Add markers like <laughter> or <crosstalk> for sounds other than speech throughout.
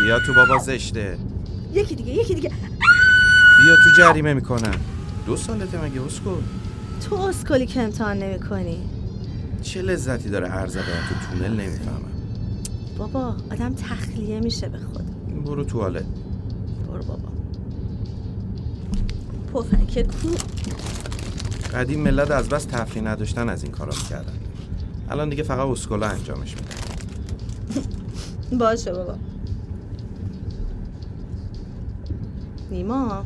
بیا تو بابا زشته یکی دیگه یکی دیگه بیا تو جریمه میکنم دو سالته مگه اسکو تو اسکلی که امتحان نمیکنی چه لذتی داره هر زدن تو تونل نمیفهمم بابا آدم تخلیه میشه به خود برو توالت برو بابا پفک کو قدیم ملت از بس تفریح نداشتن از این کارا میکردن الان دیگه فقط اسکولا انجامش میدن باشه بابا نیما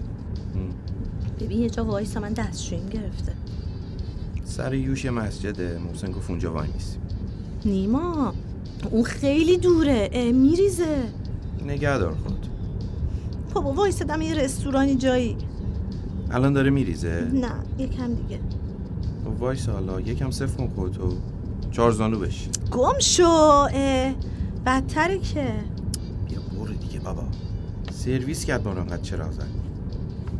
ببین یه جا وایسا من دستشوییم گرفته سر یوش مسجد محسن گفت اونجا وای نیست نیما اون خیلی دوره اه، میریزه نگهدار خود بابا وایسادم یه رستورانی جایی الان داره میریزه نه یکم دیگه وایس حالا یکم صفر کن خودتو چهار زانو بشی گم شو اه، بدتره که بیا برو دیگه بابا سرویس کرد بارو انقدر چرا زد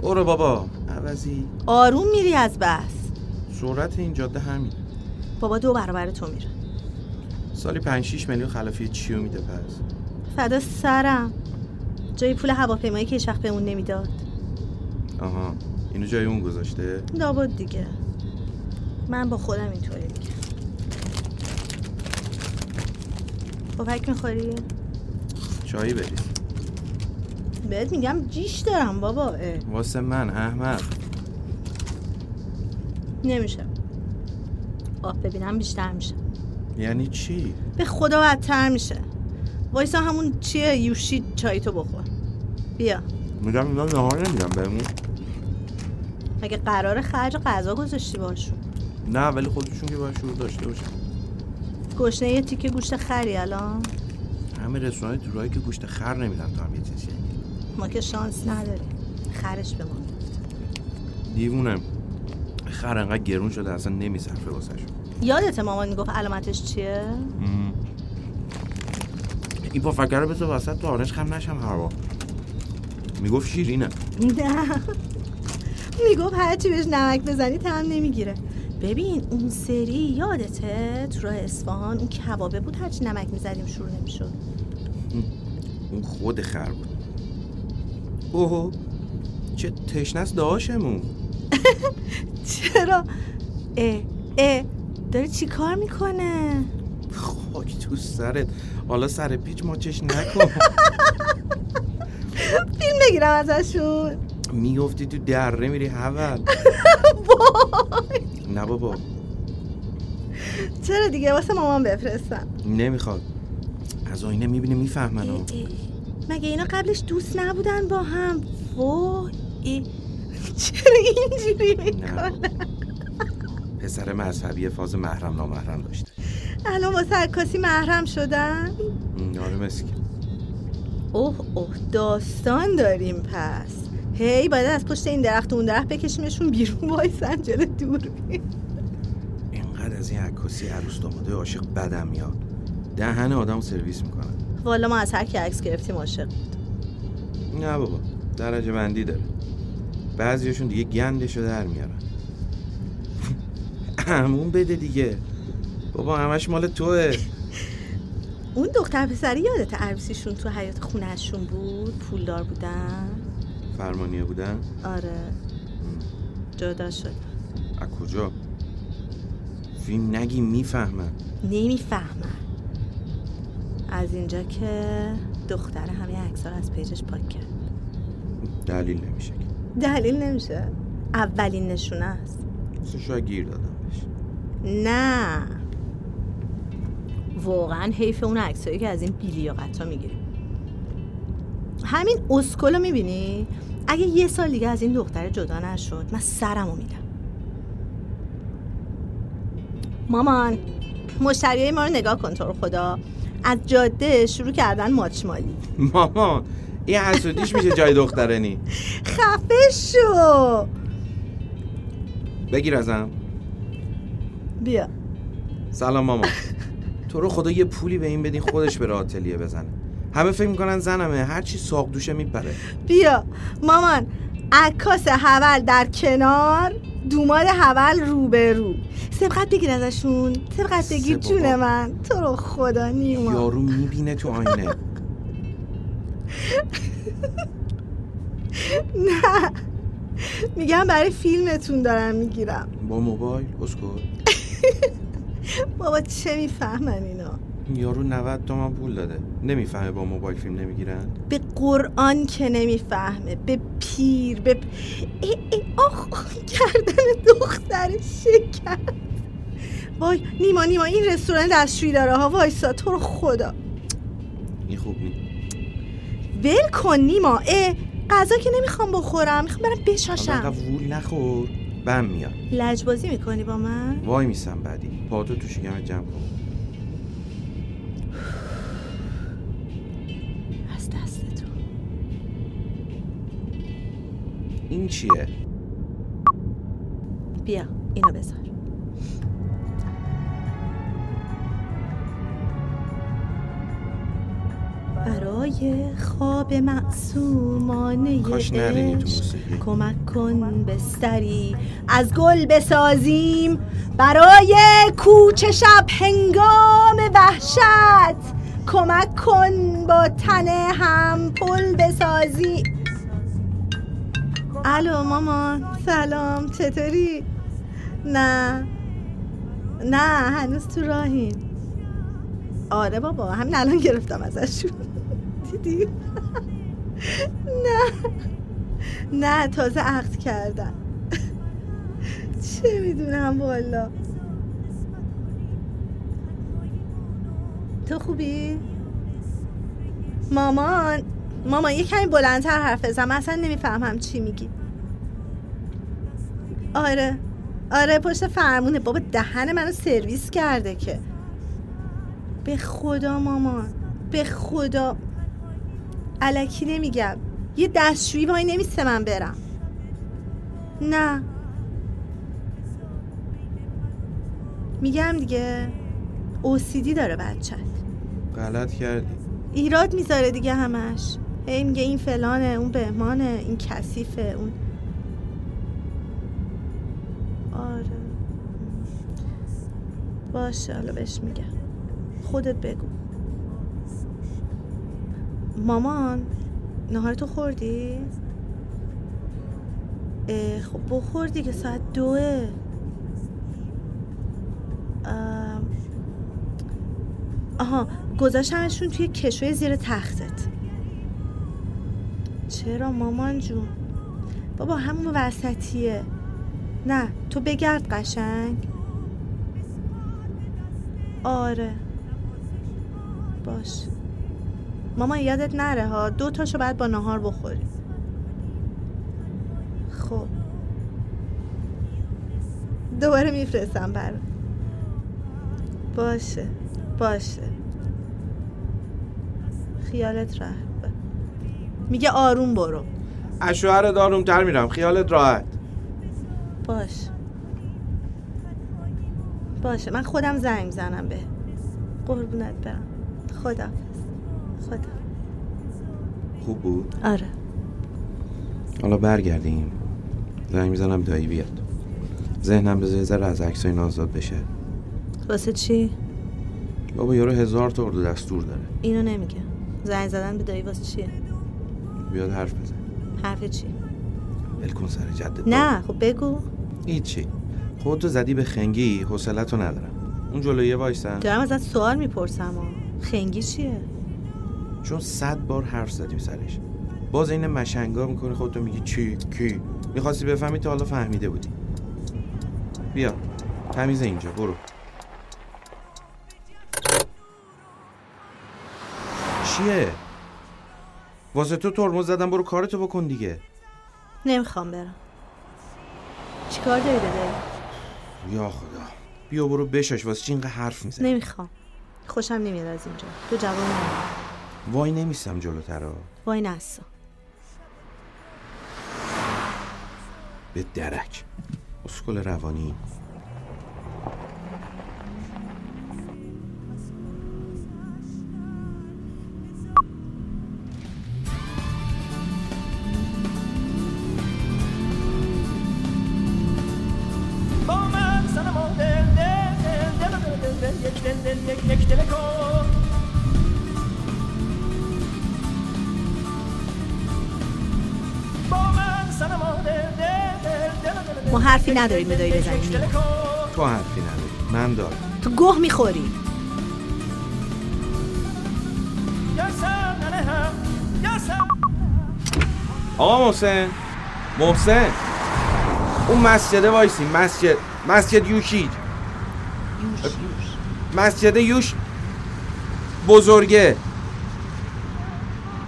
برو بابا عوضی آروم میری از بس سرعت این جاده همین بابا دو برابر تو میره سالی 5 6 میلیون خلافی چیو میده پس فدا سرم جای پول هواپیمایی که هیچ وقت به اون نمیداد آها اینو جای اون گذاشته لابد دیگه من با خودم اینطوری میگم پفک خب میخوری؟ چایی بریز بهت میگم جیش دارم بابا اه. واسه من احمد نمیشه آب ببینم بیشتر میشه یعنی چی به خدا بدتر میشه وایسا همون چیه یوشی چای تو بخور بیا میگم اینا نهار نمیدم بهمون مگه قرار خرج غذا گذاشتی باشون نه ولی خودشون که باید شروع داشته باشن گشنه یه تیکه گوشت خری الان همه رستوران دورایی که گوشت خر نمیدن تو هم یه چیزی ما که شانس نداریم خرش به ما میفته. دیوونم خر انقدر گرون شده اصلا نمیصرفه واسه یادت مامان گفت علامتش چیه این با فکر رو بذار وسط تو آرش خم نشم هوا میگفت شیرینه نه میگفت هرچی بهش نمک بزنی تم نمیگیره ببین اون سری یادته تو راه اصفهان اون کبابه بود هرچی نمک میزدیم شروع نمیشد اون خود خر بود اوه چه تشنس داشمون چرا اه اه داره چی کار میکنه خاک تو سرت حالا سر پیچ ماچش نکن فیلم بگیرم ازشون <laughs> میفتی تو دره میری هول نه بابا چرا دیگه واسه مامان بفرستم نمیخواد از آینه میبینه اه، میفهمن اه. مگه اینا قبلش دوست نبودن با هم وای اه. چرا اینجوری نه میکنه پسر مذهبی فاز محرم نامحرم داشته الان واسه عکاسی محرم شدن م، آره مسکین اوه اوه داستان داریم پس هی باید از پشت این درخت و اون درخت بکشیمشون بیرون وایسن جلو دور اینقدر از این عکاسی عروس داماده عاشق بدم میاد دهن آدم سرویس میکنن والا ما از هر کی عکس گرفتیم عاشق نه بابا درجه بندی داره بعضیشون دیگه گندشو در میارن <laughs> همون بده دیگه بابا همش مال توه اون دختر پسری یادت عروسیشون تو حیات خونهشون بود پولدار بودن فرمانیه بودن آره جدا شد از کجا فیلم نگی میفهمم نمیفهمم از اینجا که دختر همه عکس رو از پیجش پاک کرد دلیل نمیشه که دلیل نمیشه اولین نشونه است مثل شاید گیر دادم بهش <laughs> نه واقعا حیف اون عکسایی که از این بیلیاقت ها میگیریم همین اسکلو میبینی اگه یه سال دیگه از این دختر جدا نشد من سرمو میدم مامان مشتریای ما رو نگاه کن تو رو خدا از جاده شروع کردن ماچمالی مامان این حسودیش میشه جای دخترنی خفه شو بگیر ازم بیا سلام مامان تو رو خدا یه پولی به این بدین خودش بره آتلیه بزنه همه فکر میکنن زنمه هر چی ساق دوشه میپره بیا مامان عکاس حول در کنار دومار حول روبرو سبقت بگیر ازشون سبقت بگیر سبقت. جون من تو رو خدا نیما یارو میبینه تو آینه نه <laughs> میگم برای فیلمتون دارم میگیرم با موبایل اسکل بابا چه میفهمن اینا یارو 90 تومن پول داده نمیفهمه با موبایل فیلم نمیگیرن به قرآن که نمیفهمه به پیر به پ- ای ای آخ کردن دختر شکر وای نیما نیما این رستوران دستشویی داره ها وایسا تو رو خدا این خوب نی ول کن نیما اه غذا که نمیخوام بخورم میخوام برم حالا بشاشم انقدر وول نخور بم میاد لجبازی میکنی با من وای میسم بعدی پاتو تو شکمت جمع کن از دست تو این چیه بیا اینو بذار برای خواب معصومانه کاش نرینی تو عشق موسیقی کمک کن بستری از گل بسازیم برای کوچه شب هنگام وحشت کمک کن با تن هم پل بسازی الو مامان سلام چطوری؟ نه نه هنوز تو راهیم آره بابا همین الان گرفتم ازشون <laughs> دیدی؟ <laughs> نه نه تازه عقد کردم <laughs> چه میدونم والا تو خوبی؟ مامان مامان یه کمی بلندتر حرف بزن من اصلا نمیفهمم چی میگی آره آره پشت فرمونه بابا دهن منو سرویس کرده که به خدا مامان به خدا علکی نمیگم یه دستشویی وای نمیسته من برم نه میگم دیگه اوسیدی داره بچت غلط کردی ایراد میذاره دیگه همش هی میگه این فلانه اون بهمانه این کثیفه اون آره باشه حالا بهش میگم خودت بگو مامان نهار تو خوردی؟ اه، خب بخور دیگه ساعت دوه ام، آها گذاشتمشون توی کشوی زیر تختت چرا مامان جون بابا همون وسطیه نه تو بگرد قشنگ آره باش مامان یادت نره ها دو تاشو باید با نهار بخوری خب دوباره میفرستم برات باشه باشه خیالت راحت باشه. میگه آروم برو از شوهر داروم تر میرم خیالت راحت باش باشه من خودم زنگ زنم به قربونت برم خدا خدا خوب بود آره حالا برگردیم زنگ میزنم دایی بیاد ذهنم بذار یه ذره از عکسای نازاد بشه واسه چی بابا یارو هزار تا اردو دستور داره اینو نمیگه زنگ زدن به دایی واسه چیه بیاد حرف بزن حرف چی ول کن سر جدت نه خب بگو هیچی خودتو زدی به خنگی حوصلتو ندارم اون جلویه وایسن دارم ازت سوال میپرسم ها خنگی چیه چون صد بار حرف زدیم سرش باز این مشنگا میکنه خودتو میگی چی کی میخواستی بفهمی تا حالا فهمیده بودی بیا تمیز اینجا برو چیه واسه تو ترمز زدم برو کارتو بکن دیگه نمیخوام برم چیکار داری به دایی یا خدا بیا برو بشاش واسه چی اینقدر حرف میزنی نمیخوام خوشم نمیاد از اینجا تو جواب نمیدی وای نمیستم جلوترا وای نسا به درک اسکل روانی با من سلام و دل دل دل دل دل دل دل یک دل دل یک یک دل کن ما حرفی نداریم به دایی بزنیم تو حرفی نداری من دارم تو گه میخوری آقا محسن محسن اون مسجده وایسی مسجد مسجد یوشید مسجد یوش بزرگه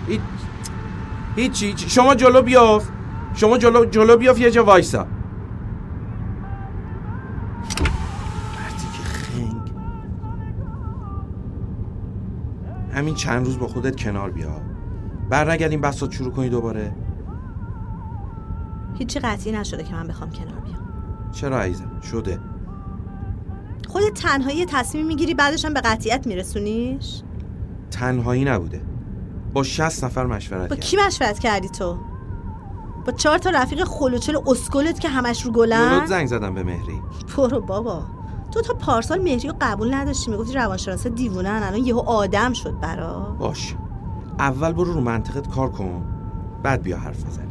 هیچ هیچی هیچی. شما جلو بیاف شما جلو جلو بیاف یه جا وایسا مردی که خنگ همین چند روز با خودت کنار بیا بر نگرد این بسات شروع کنی دوباره هیچی قطعی نشده که من بخوام کنار بیام چرا عیزم شده خودت تنهایی یه تصمیم میگیری بعدش هم به قطعیت میرسونیش تنهایی نبوده با 60 نفر مشورت با کرد کی مشورت کردی تو با چهار تا رفیق خلوچل اسکلت که همش رو یولوت گلن زنگ زدم به مهری برو بابا تو تا پارسال مهری رو قبول نداشتی میگفتی روانشناسا دیوونن الان یهو آدم شد برا باش اول برو رو منطقت کار کن بعد بیا حرف بزنیم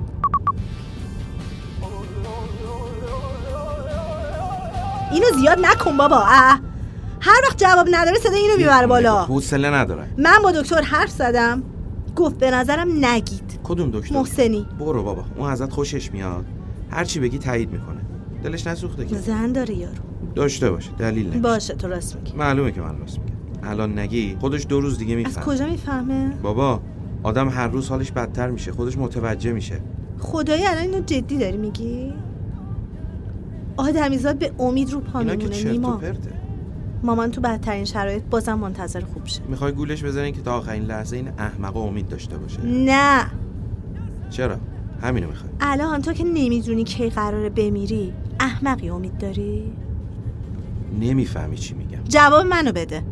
اینو زیاد نکن بابا اه. هر وقت جواب نداره صدا اینو میبره بالا حوصله ندارم من با دکتر حرف زدم گفت به نظرم نگید کدوم دکتر محسنی برو بابا اون ازت خوشش میاد هر چی بگی تایید میکنه دلش نسوخته که زن داره یارو داشته باشه دلیل نمیشه باشه تو راست میگی معلومه که من راست میگم الان نگی خودش دو روز دیگه از میفهمه کجا میفهمه بابا آدم هر روز حالش بدتر میشه خودش متوجه میشه خدایی الان اینو جدی داری میگی آدمیزاد به امید رو پا اینا که میمونه چرت و نیما پرته مامان تو بدترین شرایط بازم منتظر خوب شه میخوای گولش بزنین که تا آخرین لحظه این احمقا امید داشته باشه نه چرا همینو میخوای الان تو که نمیدونی کی قراره بمیری احمقی امید داری نمیفهمی چی میگم جواب منو بده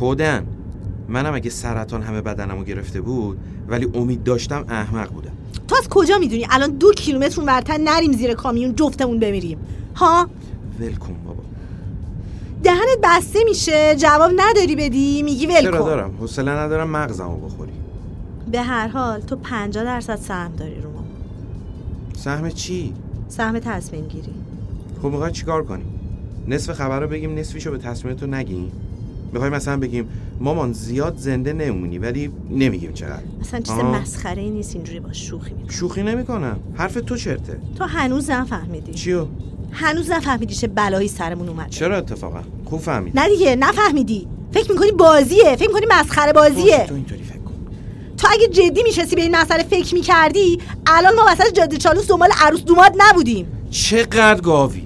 کدن منم اگه سرطان همه بدنمو گرفته بود ولی امید داشتم احمق بودم تو از کجا میدونی الان دو کیلومتر ورتر نریم زیر کامیون جفتمون بمیریم ها ول کن بابا دهنت بسته میشه جواب نداری بدی میگی ول چرا کن دارم حوصله ندارم مغزمو بخوری به هر حال تو 50 درصد سهم داری رو ما سهم چی سهم تصمیم گیری خب میخوای چیکار کنیم نصف خبر رو بگیم نصفیشو به تصمیم تو نگیم میخوای مثلا بگیم مامان زیاد زنده نمونی ولی نمیگیم چقدر اصلا چیز آها. مسخره ای نیست اینجوری با شوخی میکنی شوخی نمیکنم حرف تو چرته تو هنوز نفهمیدی چیو هنوز نفهمیدی چه بلایی سرمون اومد چرا اتفاقا خوب فهمیدی نه دیگه نفهمیدی فکر میکنی بازیه فکر میکنی مسخره بازیه تو اینطوری فکر کن تو اگه جدی میشستی به این مسئله فکر میکردی الان ما وسط جاده چالوس دنبال عروس دوماد نبودیم چقدر گاوی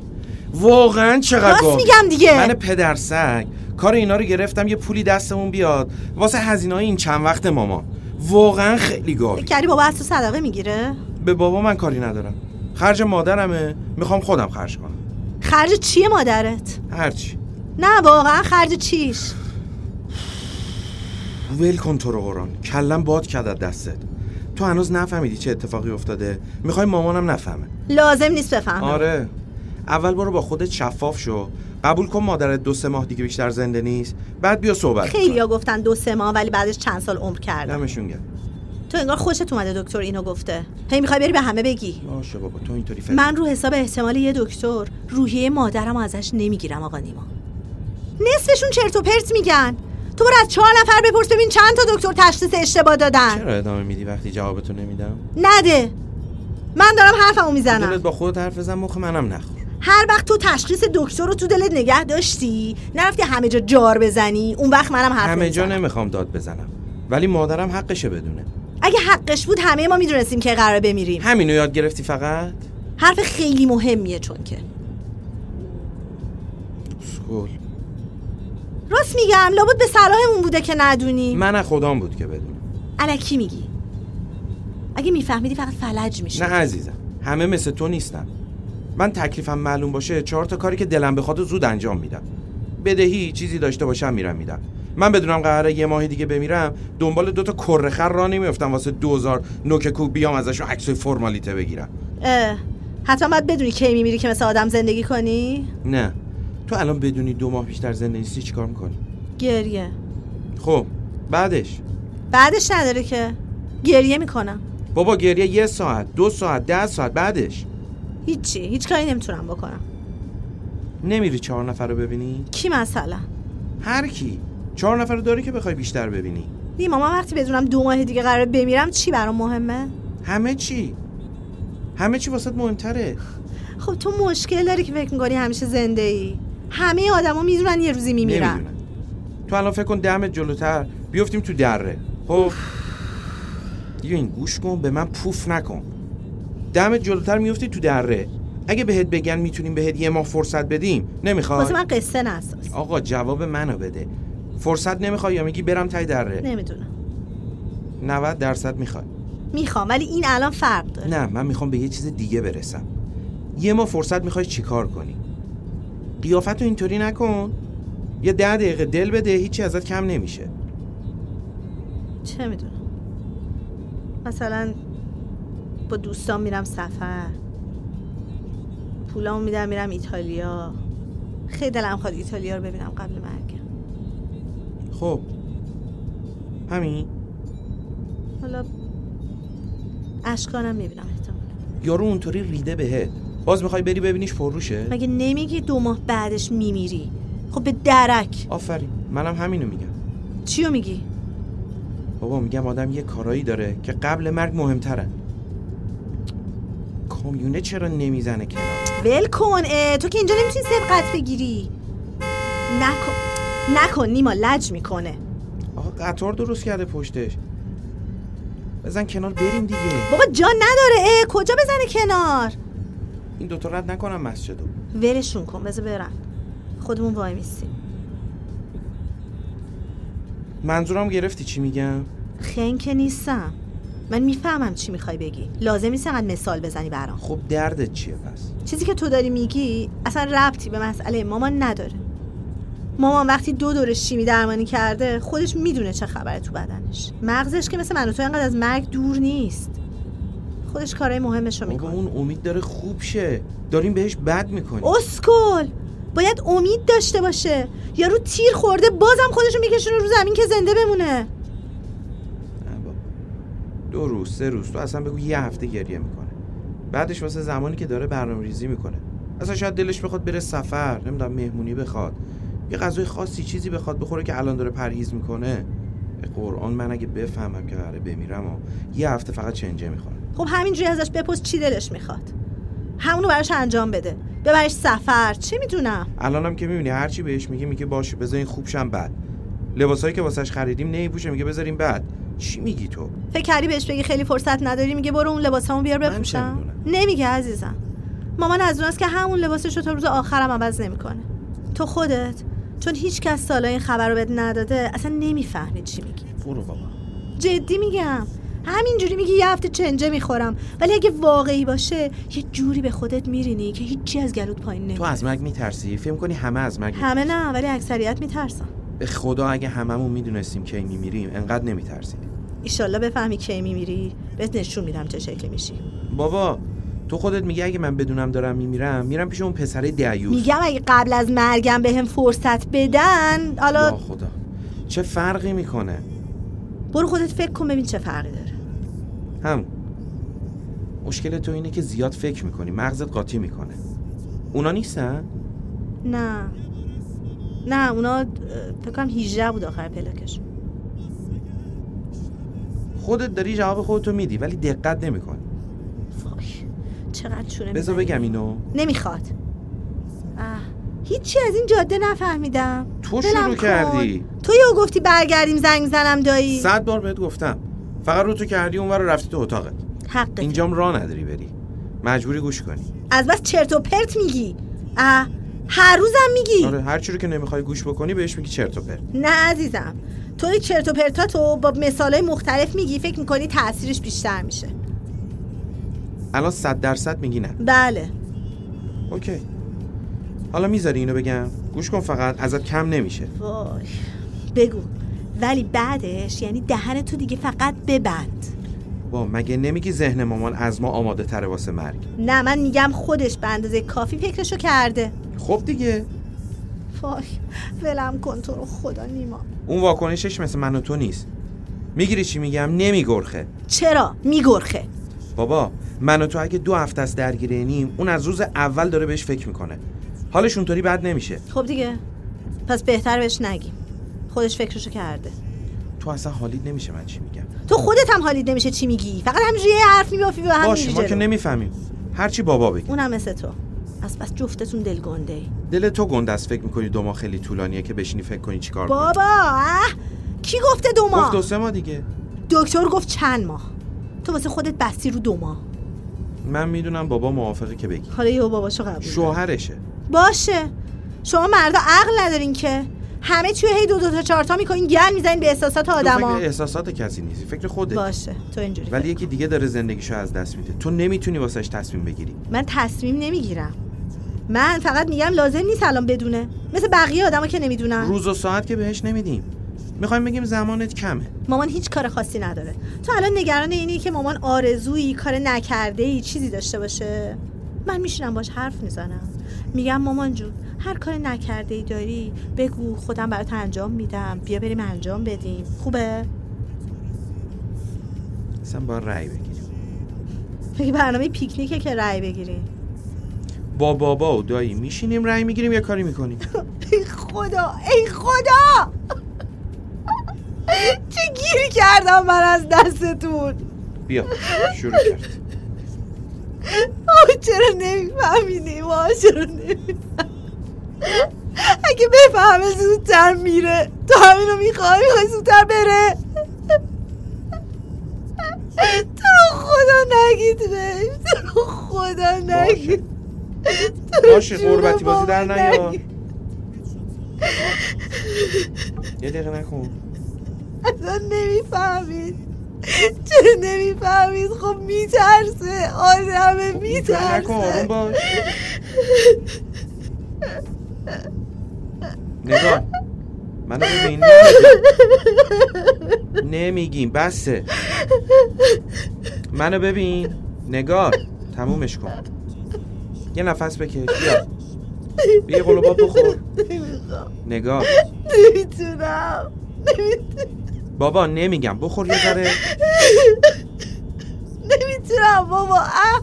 واقعا چقدر راست گاوی میگم دیگه. من پدر سگ کار اینا رو گرفتم یه پولی دستمون بیاد واسه هزینه این چند وقت مامان واقعا خیلی گاوی فکر کردی بابا از تو صدقه میگیره به بابا من کاری ندارم خرج مادرمه میخوام خودم خرج کنم خرج چیه مادرت هرچی نه واقعا خرج چیش ول کن تو رو قرآن کلم باد کرد از دستت تو هنوز نفهمیدی چه اتفاقی افتاده میخوای مامانم نفهمه لازم نیست بفهمم آره اول برو با خودت شفاف شو قبول کن مادرت دو سه ماه دیگه بیشتر زنده نیست بعد بیا صحبت خیلی کنیم. ها گفتن دو سه ماه ولی بعدش چند سال عمر کردن دمشون گرم تو انگار خوشت اومده دکتر اینو گفته هی میخوای بری به همه بگی باشه بابا تو اینطوری فکر من رو حساب احتمال یه دکتر روحیه مادرم ازش نمیگیرم آقا نیما نصفشون چرت و پرت میگن تو برو از چهار نفر بپرس ببین چند تا دکتر تشخیص اشتباه دادن چرا ادامه میدی وقتی جوابتو نمیدم نمیدم نده من دارم حرفمو دلت میزنم با خودت حرف بزن مخ منم نخور هر وقت تو تشخیص دکتر رو تو دلت نگه داشتی نرفتی همه جا جار بزنی اون وقت منم حرف همه جا نمیزنم. نمیخوام داد بزنم ولی مادرم حقشه بدونه اگه حقش بود همه ما میدونستیم که قرار بمیریم همینو یاد گرفتی فقط حرف خیلی مهمیه چون که سکول راست میگم لابد به صلاحمون بوده که ندونی من از خدام بود که بدونم الکی میگی اگه میفهمیدی فقط فلج نه میشه عزیزم همه مثل تو نیستم من تکلیفم معلوم باشه چهار تا کاری که دلم بخواد و زود انجام میدم بدهی چیزی داشته باشم میرم میدم من بدونم قراره یه ماه دیگه بمیرم دنبال دوتا کرخر را نمیافتم واسه دوزار نوک کوه بیام ازشون عکسای فرمالیته بگیرم اه، حتما باید بدونی کی میمیری که مثل آدم زندگی کنی نه تو الان بدونی دو ماه بیشتر زنده نیستی چیکار میکنی گریه خب بعدش بعدش نداره که گریه میکنم بابا گریه یه ساعت دو ساعت ده ساعت بعدش هیچی هیچ کاری نمیتونم بکنم نمیری چهار نفر رو ببینی کی مثلا هر کی چهار نفر رو داری که بخوای بیشتر ببینی نیما من وقتی بدونم دو ماه دیگه قراره بمیرم چی برام مهمه همه چی همه چی واسط مهمتره خب تو مشکل داری که فکر میکنی همیشه زنده ای همه آدما میدونن یه روزی میمیرن نمیدونم تو الان فکر کن دم جلوتر بیفتیم تو دره خب دیگه این گوش کن به من پوف نکن دم جلوتر میفتی تو دره اگه بهت بگن میتونیم بهت یه ماه فرصت بدیم واسه نمیخوای من قصه نساز آقا جواب منو بده فرصت نمیخوای یا میگی برم تای دره نمیدونم 90 درصد میخوای میخوام ولی این الان فرق داره نه من میخوام به یه چیز دیگه برسم یه ما فرصت میخوای چیکار کنی قیافت رو اینطوری نکن یه ده دقیقه دل بده هیچی ازت کم نمیشه چه میدونم مثلا با دوستان میرم سفر پولامو میدم میرم ایتالیا خیلی دلم خواد ایتالیا رو ببینم قبل مرگم خب همین حالا اشکانم میبینم احتمالا یارو اونطوری ریده بهت باز میخوای بری ببینیش فروشه مگه نمیگی دو ماه بعدش میمیری خب به درک آفرین منم همینو میگم چیو میگی بابا میگم آدم یه کارایی داره که قبل مرگ مهمترن کامیونه چرا نمیزنه کنار ول کن اه، تو که اینجا نمیتونی سبقت بگیری نکن نکن نیما لج میکنه آقا قطار درست کرده پشتش بزن کنار بریم دیگه بابا جا نداره اه کجا بزنه کنار این دوتا رد نکنم مسجدو ولشون کن بذار برن خودمون وای میستیم منظورم گرفتی چی میگم خنگ که نیستم من میفهمم چی میخوای بگی لازم نیست انقدر مثال بزنی برام خب دردت چیه پس چیزی که تو داری میگی اصلا ربطی به مسئله مامان نداره مامان وقتی دو دور شیمی درمانی کرده خودش میدونه چه خبره تو بدنش مغزش که مثل من و تو انقدر از مرگ دور نیست خودش کارهای مهمش رو بابا میکنه اون امید داره خوب شه داریم بهش بد میکنیم اسکل باید امید داشته باشه یارو تیر خورده بازم خودش رو میکشونه رو زمین که زنده بمونه نه بابا. دو روز سه روز تو اصلا بگو یه هفته گریه میکنه بعدش واسه زمانی که داره برنامه ریزی میکنه اصلا شاید دلش بخواد بره سفر نمیدونم مهمونی بخواد یه غذای خاصی چیزی بخواد بخوره که الان داره پرهیز میکنه به قرآن من اگه بفهمم که قراره بمیرم و یه هفته فقط چنجه میخورم خب همینجوری ازش بپرس چی دلش میخواد همونو براش انجام بده ببرش سفر چه میدونم الانم که میبینی هرچی بهش میگه میگه باشه بذار این خوب شم بعد لباسایی که واسش خریدیم نمیپوشه میگه بذاریم بعد چی میگی تو فکر کردی بهش بگی خیلی فرصت نداری میگه برو اون لباسامو بیار من چه بپوشم می‌دونم؟ نمیگه عزیزم مامان از اوناست که همون لباسش رو تا روز آخرم عوض نمیکنه تو خودت چون هیچ کس تا حالا این خبر رو بهت نداده اصلا نمیفهمی چی میگی برو بابا جدی میگم همینجوری میگی یه هفته چنجه میخورم ولی اگه واقعی باشه یه جوری به خودت میرینی که هیچی از گلوت پایین تو نمیاد از مرگ میترسی فکر کنی همه از مرگ همه نه ولی اکثریت میترسم به خدا اگه هممون میدونستیم کی میمیریم انقدر نمیترسیدیم ایشالله بفهمی کی میمیری بهت نشون میدم چه شکلی میشی بابا تو خودت میگه اگه من بدونم دارم میمیرم میرم پیش اون پسره دیوز میگم اگه قبل از مرگم بهم فرصت بدن یا حالا خدا چه فرقی میکنه برو خودت فکر کن ببین چه فرقی داره هم مشکل تو اینه که زیاد فکر میکنی مغزت قاطی میکنه اونا نیستن نه نه اونا اه، فکر کنم 18 بود آخر پلاکش خودت داری جواب خودتو میدی ولی دقت نمیکنی وای چقدر چونه بذار می‌زنی. بگم اینو نمیخواد اه، هیچی از این جاده نفهمیدم تو ولم شروع کن. کردی. تو یهو گفتی برگردیم زنگ زنم دایی صد بار بهت گفتم فقط رو تو کردی اونور رو رفتی تو اتاقت حقت اینجام را نداری بری مجبوری گوش کنی از بس چرت و پرت میگی اه، هر روزم میگی آره هر چی رو که نمیخوای گوش بکنی بهش میگی چرت و پرت نه عزیزم تو این چرت و پرتاتو با مثالای مختلف میگی فکر میکنی تاثیرش بیشتر میشه الان صد درصد میگی نه بله اوکی حالا میذاری اینو بگم گوش کن فقط ازت کم نمیشه وای بگو ولی بعدش یعنی دهن تو دیگه فقط ببند با مگه نمیگی ذهن مامان از ما آماده تره واسه مرگ نه من میگم خودش به اندازه کافی فکرشو کرده خب دیگه وای ولم کن تو رو خدا نیما اون واکنشش مثل من و تو نیست میگیری چی میگم نمیگرخه چرا میگرخه بابا من و تو اگه دو هفته از درگیره نیم اون از روز اول داره بهش فکر میکنه حالش اونطوری بد نمیشه خب دیگه پس بهتر بهش نگیم خودش فکرشو کرده تو اصلا حالید نمیشه من چی میگم تو خودت هم حالید نمیشه چی میگی فقط همینجوری یه حرف میبافی و همینجوری باشه ما جلو. که نمیفهمیم هرچی بابا بگه اونم مثل تو از بس جفتتون دلگنده ای دل تو گند است فکر میکنی دو ماه خیلی طولانیه که بشینی فکر کنی چیکار کنی بابا اه؟ کی گفته دو ماه گفت دو سه ماه دیگه دکتر گفت چند ماه تو واسه خودت بستی رو دو ماه من میدونم بابا موافقه که بگی حالا یهو باباشو قبول کرد. شوهرشه باشه شما مردا عقل ندارین که همه چی رو هی دو دو تا چهار تا میکنین گن میزنین به احساسات تو آدما فکر احساسات کسی نیستی فکر خودت باشه تو اینجوری ولی فکر. یکی دیگه داره زندگیشو از دست میده تو نمیتونی واسش تصمیم بگیری من تصمیم نمیگیرم من فقط میگم لازم نیست الان بدونه مثل بقیه آدما که نمیدونن روز و ساعت که بهش نمیدیم میخوایم بگیم زمانت کمه مامان هیچ کار خاصی نداره تو الان نگران اینی که مامان آرزویی کار نکرده ای چیزی داشته باشه من میشینم باش حرف میزنم میگم مامان جون هر کار نکرده ای داری بگو خودم برات انجام میدم بیا بریم انجام بدیم خوبه اصلا با رأی بگیریم میگه برنامه پیکنیکه که رأی بگیریم با بابا و دایی میشینیم رأی میگیریم یه کاری میکنیم ای خدا ای خدا چه گیری کردم من از دستتون بیا شروع <laughs> کرد آه چرا نمیفهمینیم آه چرا نمیفهم اگه بفهمه زودتر میره تو همینو میخوای میخوای زودتر بره تو رو خدا نگید بهش تو رو خدا نگید تو رو باشه جون قربتی بازی در بابا نیا نگید. یه دقیقه نکن اصلا نمیفهمید چرا نمیفهمید خب میترسه آدمه بیتر خب، نکن آروم میترسه باش نگاه منو <laughs> ببین نمیگیم. نمیگیم بسه منو ببین نگار تمومش کن یه نفس بکش بیا بیا یه قلوباب بخور نمیخوام نگار نمیتونم بابا نمیگم بخور یه ذره نمیتونم بابا اه.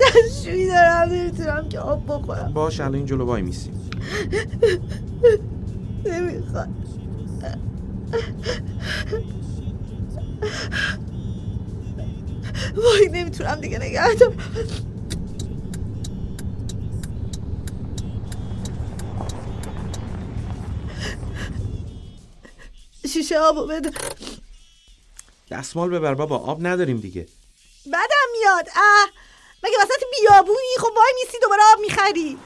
دستشویی دارم نمیتونم که آب بخورم باش الان این جلو وای میسی نمیخواد وای نمیتونم دیگه نگه دارم شیشه آبو بده دستمال ببر بابا آب نداریم دیگه بدم میاد اه مگه وسط بیابونی خب وای میسی دوباره آب میخری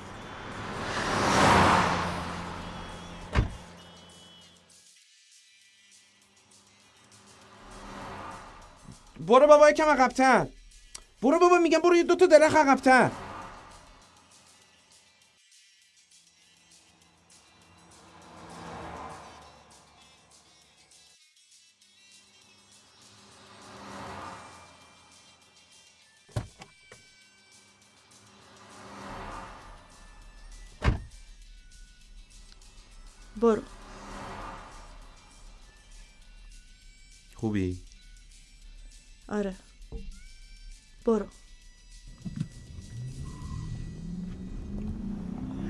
برو بابا یکم عقبتر برو بابا میگم برو یه دوتا درخت عقبتر برو خوبی آره برو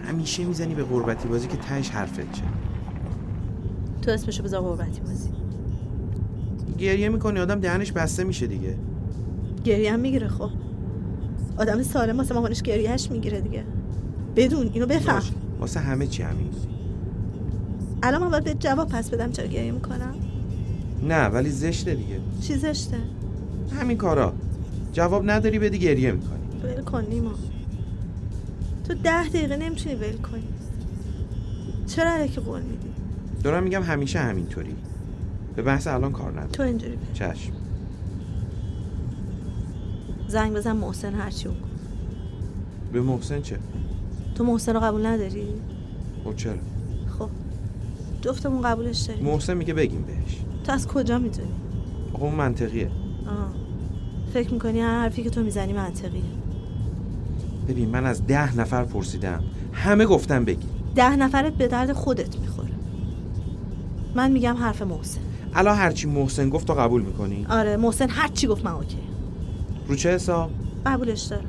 همیشه میزنی به قربتی بازی که تهش حرفت شه تو اسمشو بذار قربتی بازی گریه میکنی آدم دهنش بسته میشه دیگه گریه هم میگیره خب آدم سالم واسه مامانش گریهش میگیره دیگه بدون اینو بفهم باشه. واسه همه چی همین بودی. الان من باید به جواب پس بدم چرا گریه میکنم نه ولی زشته دیگه چی زشته همین کارا جواب نداری بدی گریه میکنی ول کن نیما تو ده دقیقه نمیتونی ول کنی چرا علکی قول میدی دارم میگم همیشه همینطوری به بحث الان کار نداره تو اینجوری بگی. چشم زنگ بزن محسن هرچی اون گفت. به محسن چه تو محسن رو قبول نداری او چرا خب جفتمون قبولش داری محسن میگه بگیم بهش تو از کجا میدونی آقا اون منطقیه آه. فکر میکنی هر حرفی که تو میزنی منطقیه ببین من از ده نفر پرسیدم همه گفتن بگی ده نفرت به درد خودت میخوره من میگم حرف محسن الان هرچی محسن گفت تو قبول میکنی آره محسن هر چی گفت من اوکی رو چه حساب قبولش دارم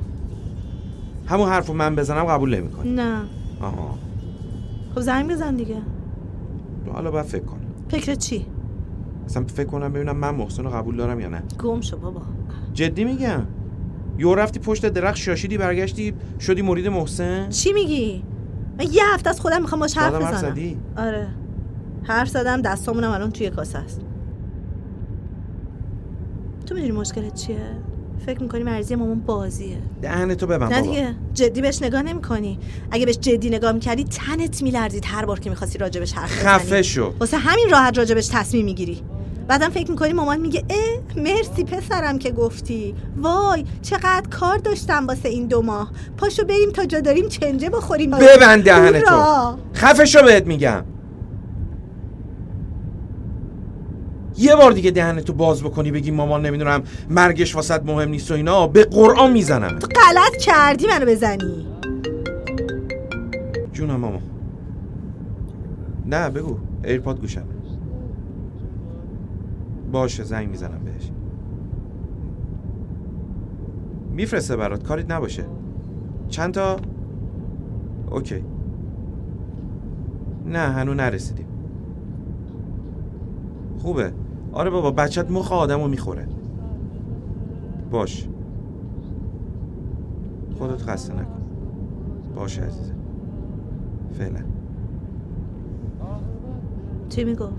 همون حرف رو من بزنم قبول نمیکنی نه آها خب زنگ بزن دیگه حالا باید فکر کنم فکر چی اصلا فکر کنم ببینم من محسن رو قبول دارم یا نه گم شو بابا جدی میگم یو رفتی پشت درخت شاشیدی برگشتی شدی مرید محسن چی میگی من یه هفته از خودم میخوام باش حرف بعدم حرف بزنم زدی آره حرف زدم دستامونم الان توی کاسه است تو میدونی مشکلت چیه فکر میکنی مرزی مامان بازیه دهنتو ببند نه بابا دیگه جدی بهش نگاه نمیکنی اگه بهش جدی نگاه میکردی تنت میلرزید هر بار که میخواستی راجبش حرف بزنی خفه شو واسه همین راحت راجبش تصمیم میگیری بعدم فکر میکنی مامان میگه اه مرسی پسرم که گفتی وای چقدر کار داشتم واسه این دو ماه پاشو بریم تا جا داریم چنجه بخوریم ببند دهنتو هورا. خفه شو بهت میگم یه بار دیگه دهنتو باز بکنی بگی مامان نمیدونم مرگش واسط مهم نیست و اینا به قرآن میزنم غلط کردی منو بزنی جونم ماما نه بگو ایرپاد گوشم باشه زنگ میزنم بهش میفرسته برات کاریت نباشه چند تا اوکی نه هنوز نرسیدیم خوبه آره بابا بچت مخ آدمو میخوره باش خودت خسته نکن باشه عزیزم فعلا چی میگفت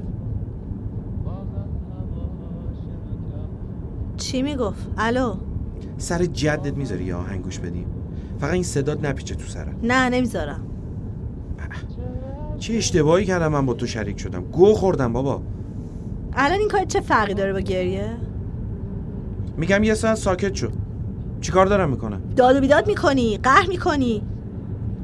چی میگفت الو سر جدت میذاری یا آهنگوش بدیم فقط این صداد نپیچه تو سرم نه نمیذارم چه اشتباهی کردم من با تو شریک شدم گو خوردم بابا الان این کار چه فرقی داره با گریه میگم یه ساعت ساکت شو چیکار دارم میکنم داد و بیداد میکنی قهر میکنی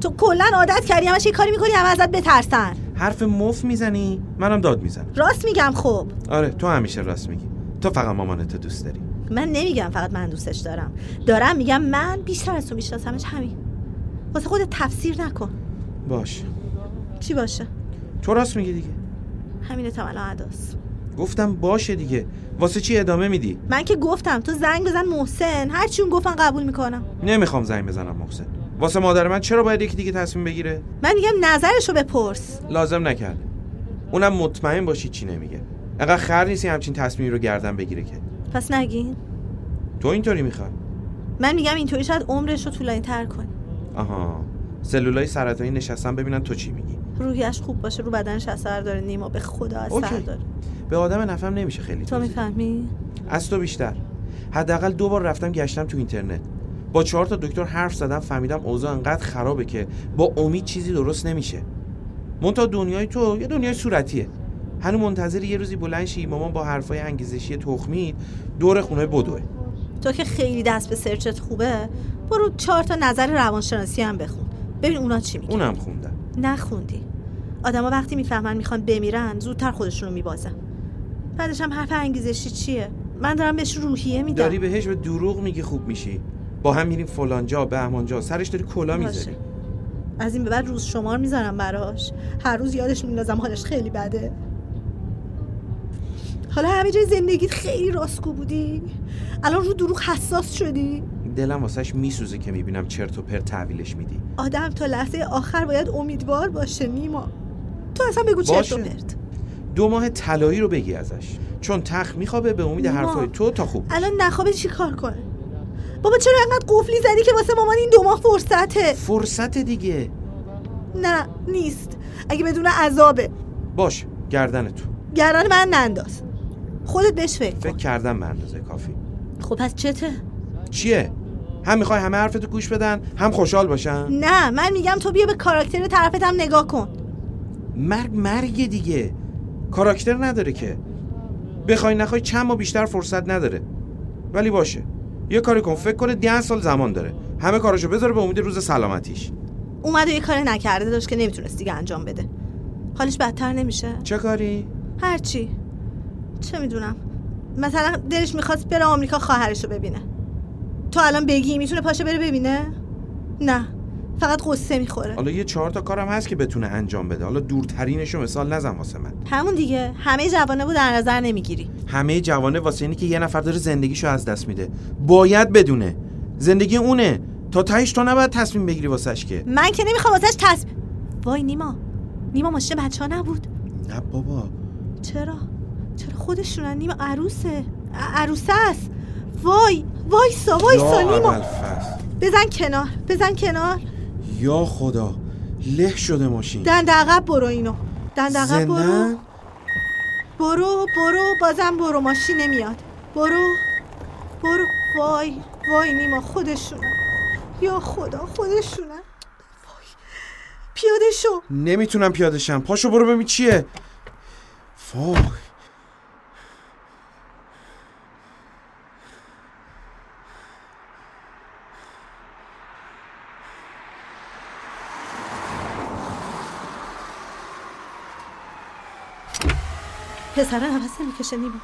تو کلا عادت کردی همش یه کاری میکنی همه ازت بترسن حرف مف میزنی منم داد میزنم راست میگم خب آره تو همیشه راست میگی تو فقط مامانتو دوست داری من نمیگم فقط من دوستش دارم دارم میگم من بیشتر از تو میشناسمش همین واسه خودت تفسیر نکن باش چی باشه تو راست میگی دیگه همینه تا الان اداس گفتم باشه دیگه واسه چی ادامه میدی من که گفتم تو زنگ بزن محسن هر چی اون گفت من قبول میکنم نمیخوام زنگ بزنم محسن واسه مادر من چرا باید یکی دیگه تصمیم بگیره من میگم نظرشو بپرس لازم نکرده اونم مطمئن باشی چی نمیگه انقدر خر نیستی همچین تصمیمی رو گردن بگیره که پس نگین تو اینطوری میخوای من میگم اینطوری شاید عمرش رو طولانی تر کنی آها سلولای سرطانی نشستن ببینن تو چی میگی روحیش خوب باشه رو بدنش اثر داره نیما به خدا اثر اوکی. داره به آدم نفهم نمیشه خیلی تو توضیح. میفهمی از تو بیشتر حداقل دو بار رفتم گشتم تو اینترنت با چهار تا دکتر حرف زدم فهمیدم اوضاع انقدر خرابه که با امید چیزی درست نمیشه منتها دنیای تو یه دنیای صورتیه هنو منتظر یه روزی بلند شی مامان با حرفای انگیزشی تخمی دور خونه بدوه تو که خیلی دست به سرچت خوبه برو چهار تا نظر روانشناسی هم بخون ببین اونا چی میگن اونم خوندم نخوندی آدما وقتی میفهمن میخوان بمیرن زودتر خودشونو میبازن بعدش هم حرف انگیزشی چیه من دارم بهش روحیه میدم داری بهش به دروغ میگی خوب میشی با هم میریم فلانجا بهمانجا سرش داری کلا باشه. میذاری از این به بعد روز شمار میذارم براش هر روز یادش میندازم حالش خیلی بده حالا همه جای زندگیت خیلی راستگو بودی الان رو دروغ حساس شدی دلم واسش میسوزه که میبینم چرت و پر تحویلش میدی آدم تا لحظه آخر باید امیدوار باشه نیما تو اصلا بگو چه باشه. تو پرت دو ماه طلایی رو بگی ازش چون تخ میخوابه به امید ما. حرفای تو تا خوب الان نخوابه چی کار کنه بابا چرا انقدر قفلی زدی که واسه مامان این دو ماه فرصته فرصت دیگه نه نیست اگه بدون عذابه باش گردن تو گردن من ننداز خودت بهش فکر فکر کن کردم به اندازه کافی خب پس چته چیه هم میخوای همه حرفتو گوش بدن هم خوشحال باشن نه من میگم تو بیا به کاراکتر طرفت هم نگاه کن مرگ مرگ دیگه کاراکتر نداره که بخوای نخوای چند ماه بیشتر فرصت نداره ولی باشه یه کاری کن فکر کنه ده سال زمان داره همه کاراشو بذاره به امید روز سلامتیش اومد و یه کار نکرده داشت که نمیتونست دیگه انجام بده حالش بدتر نمیشه چه کاری هرچی چه میدونم مثلا دلش میخواست بره آمریکا خواهرش رو ببینه تو الان بگی میتونه پاشه بره ببینه نه فقط قصه میخوره حالا یه چهار تا کارم هست که بتونه انجام بده حالا دورترینشو مثال نزن واسه من همون دیگه همه جوانه بود در نظر نمیگیری همه جوانه واسه اینه که یه نفر داره زندگیشو از دست میده باید بدونه زندگی اونه تا تهش تو نباید تصمیم بگیری واسش که من که نمیخوام واسش تصمیم وای نیما نیما ماشین بچه ها نبود نه بابا چرا چرا خودشونن نیما عروسه ع- عروسه است وای وایسا یا وایسا نیما ابوالفضل، بزن کنار بزن کنار یا خدا له شده ماشین دند عقب برو اینو دند عقب برو زندن برو برو بازم برو ماشین نمیاد برو برو وای وای نیما خودشونن یا خدا خودشونن وای پیاده شو نمیتونم پیاده شم پاشو برو ببین چیه وای پسرا نفس میکشه نیما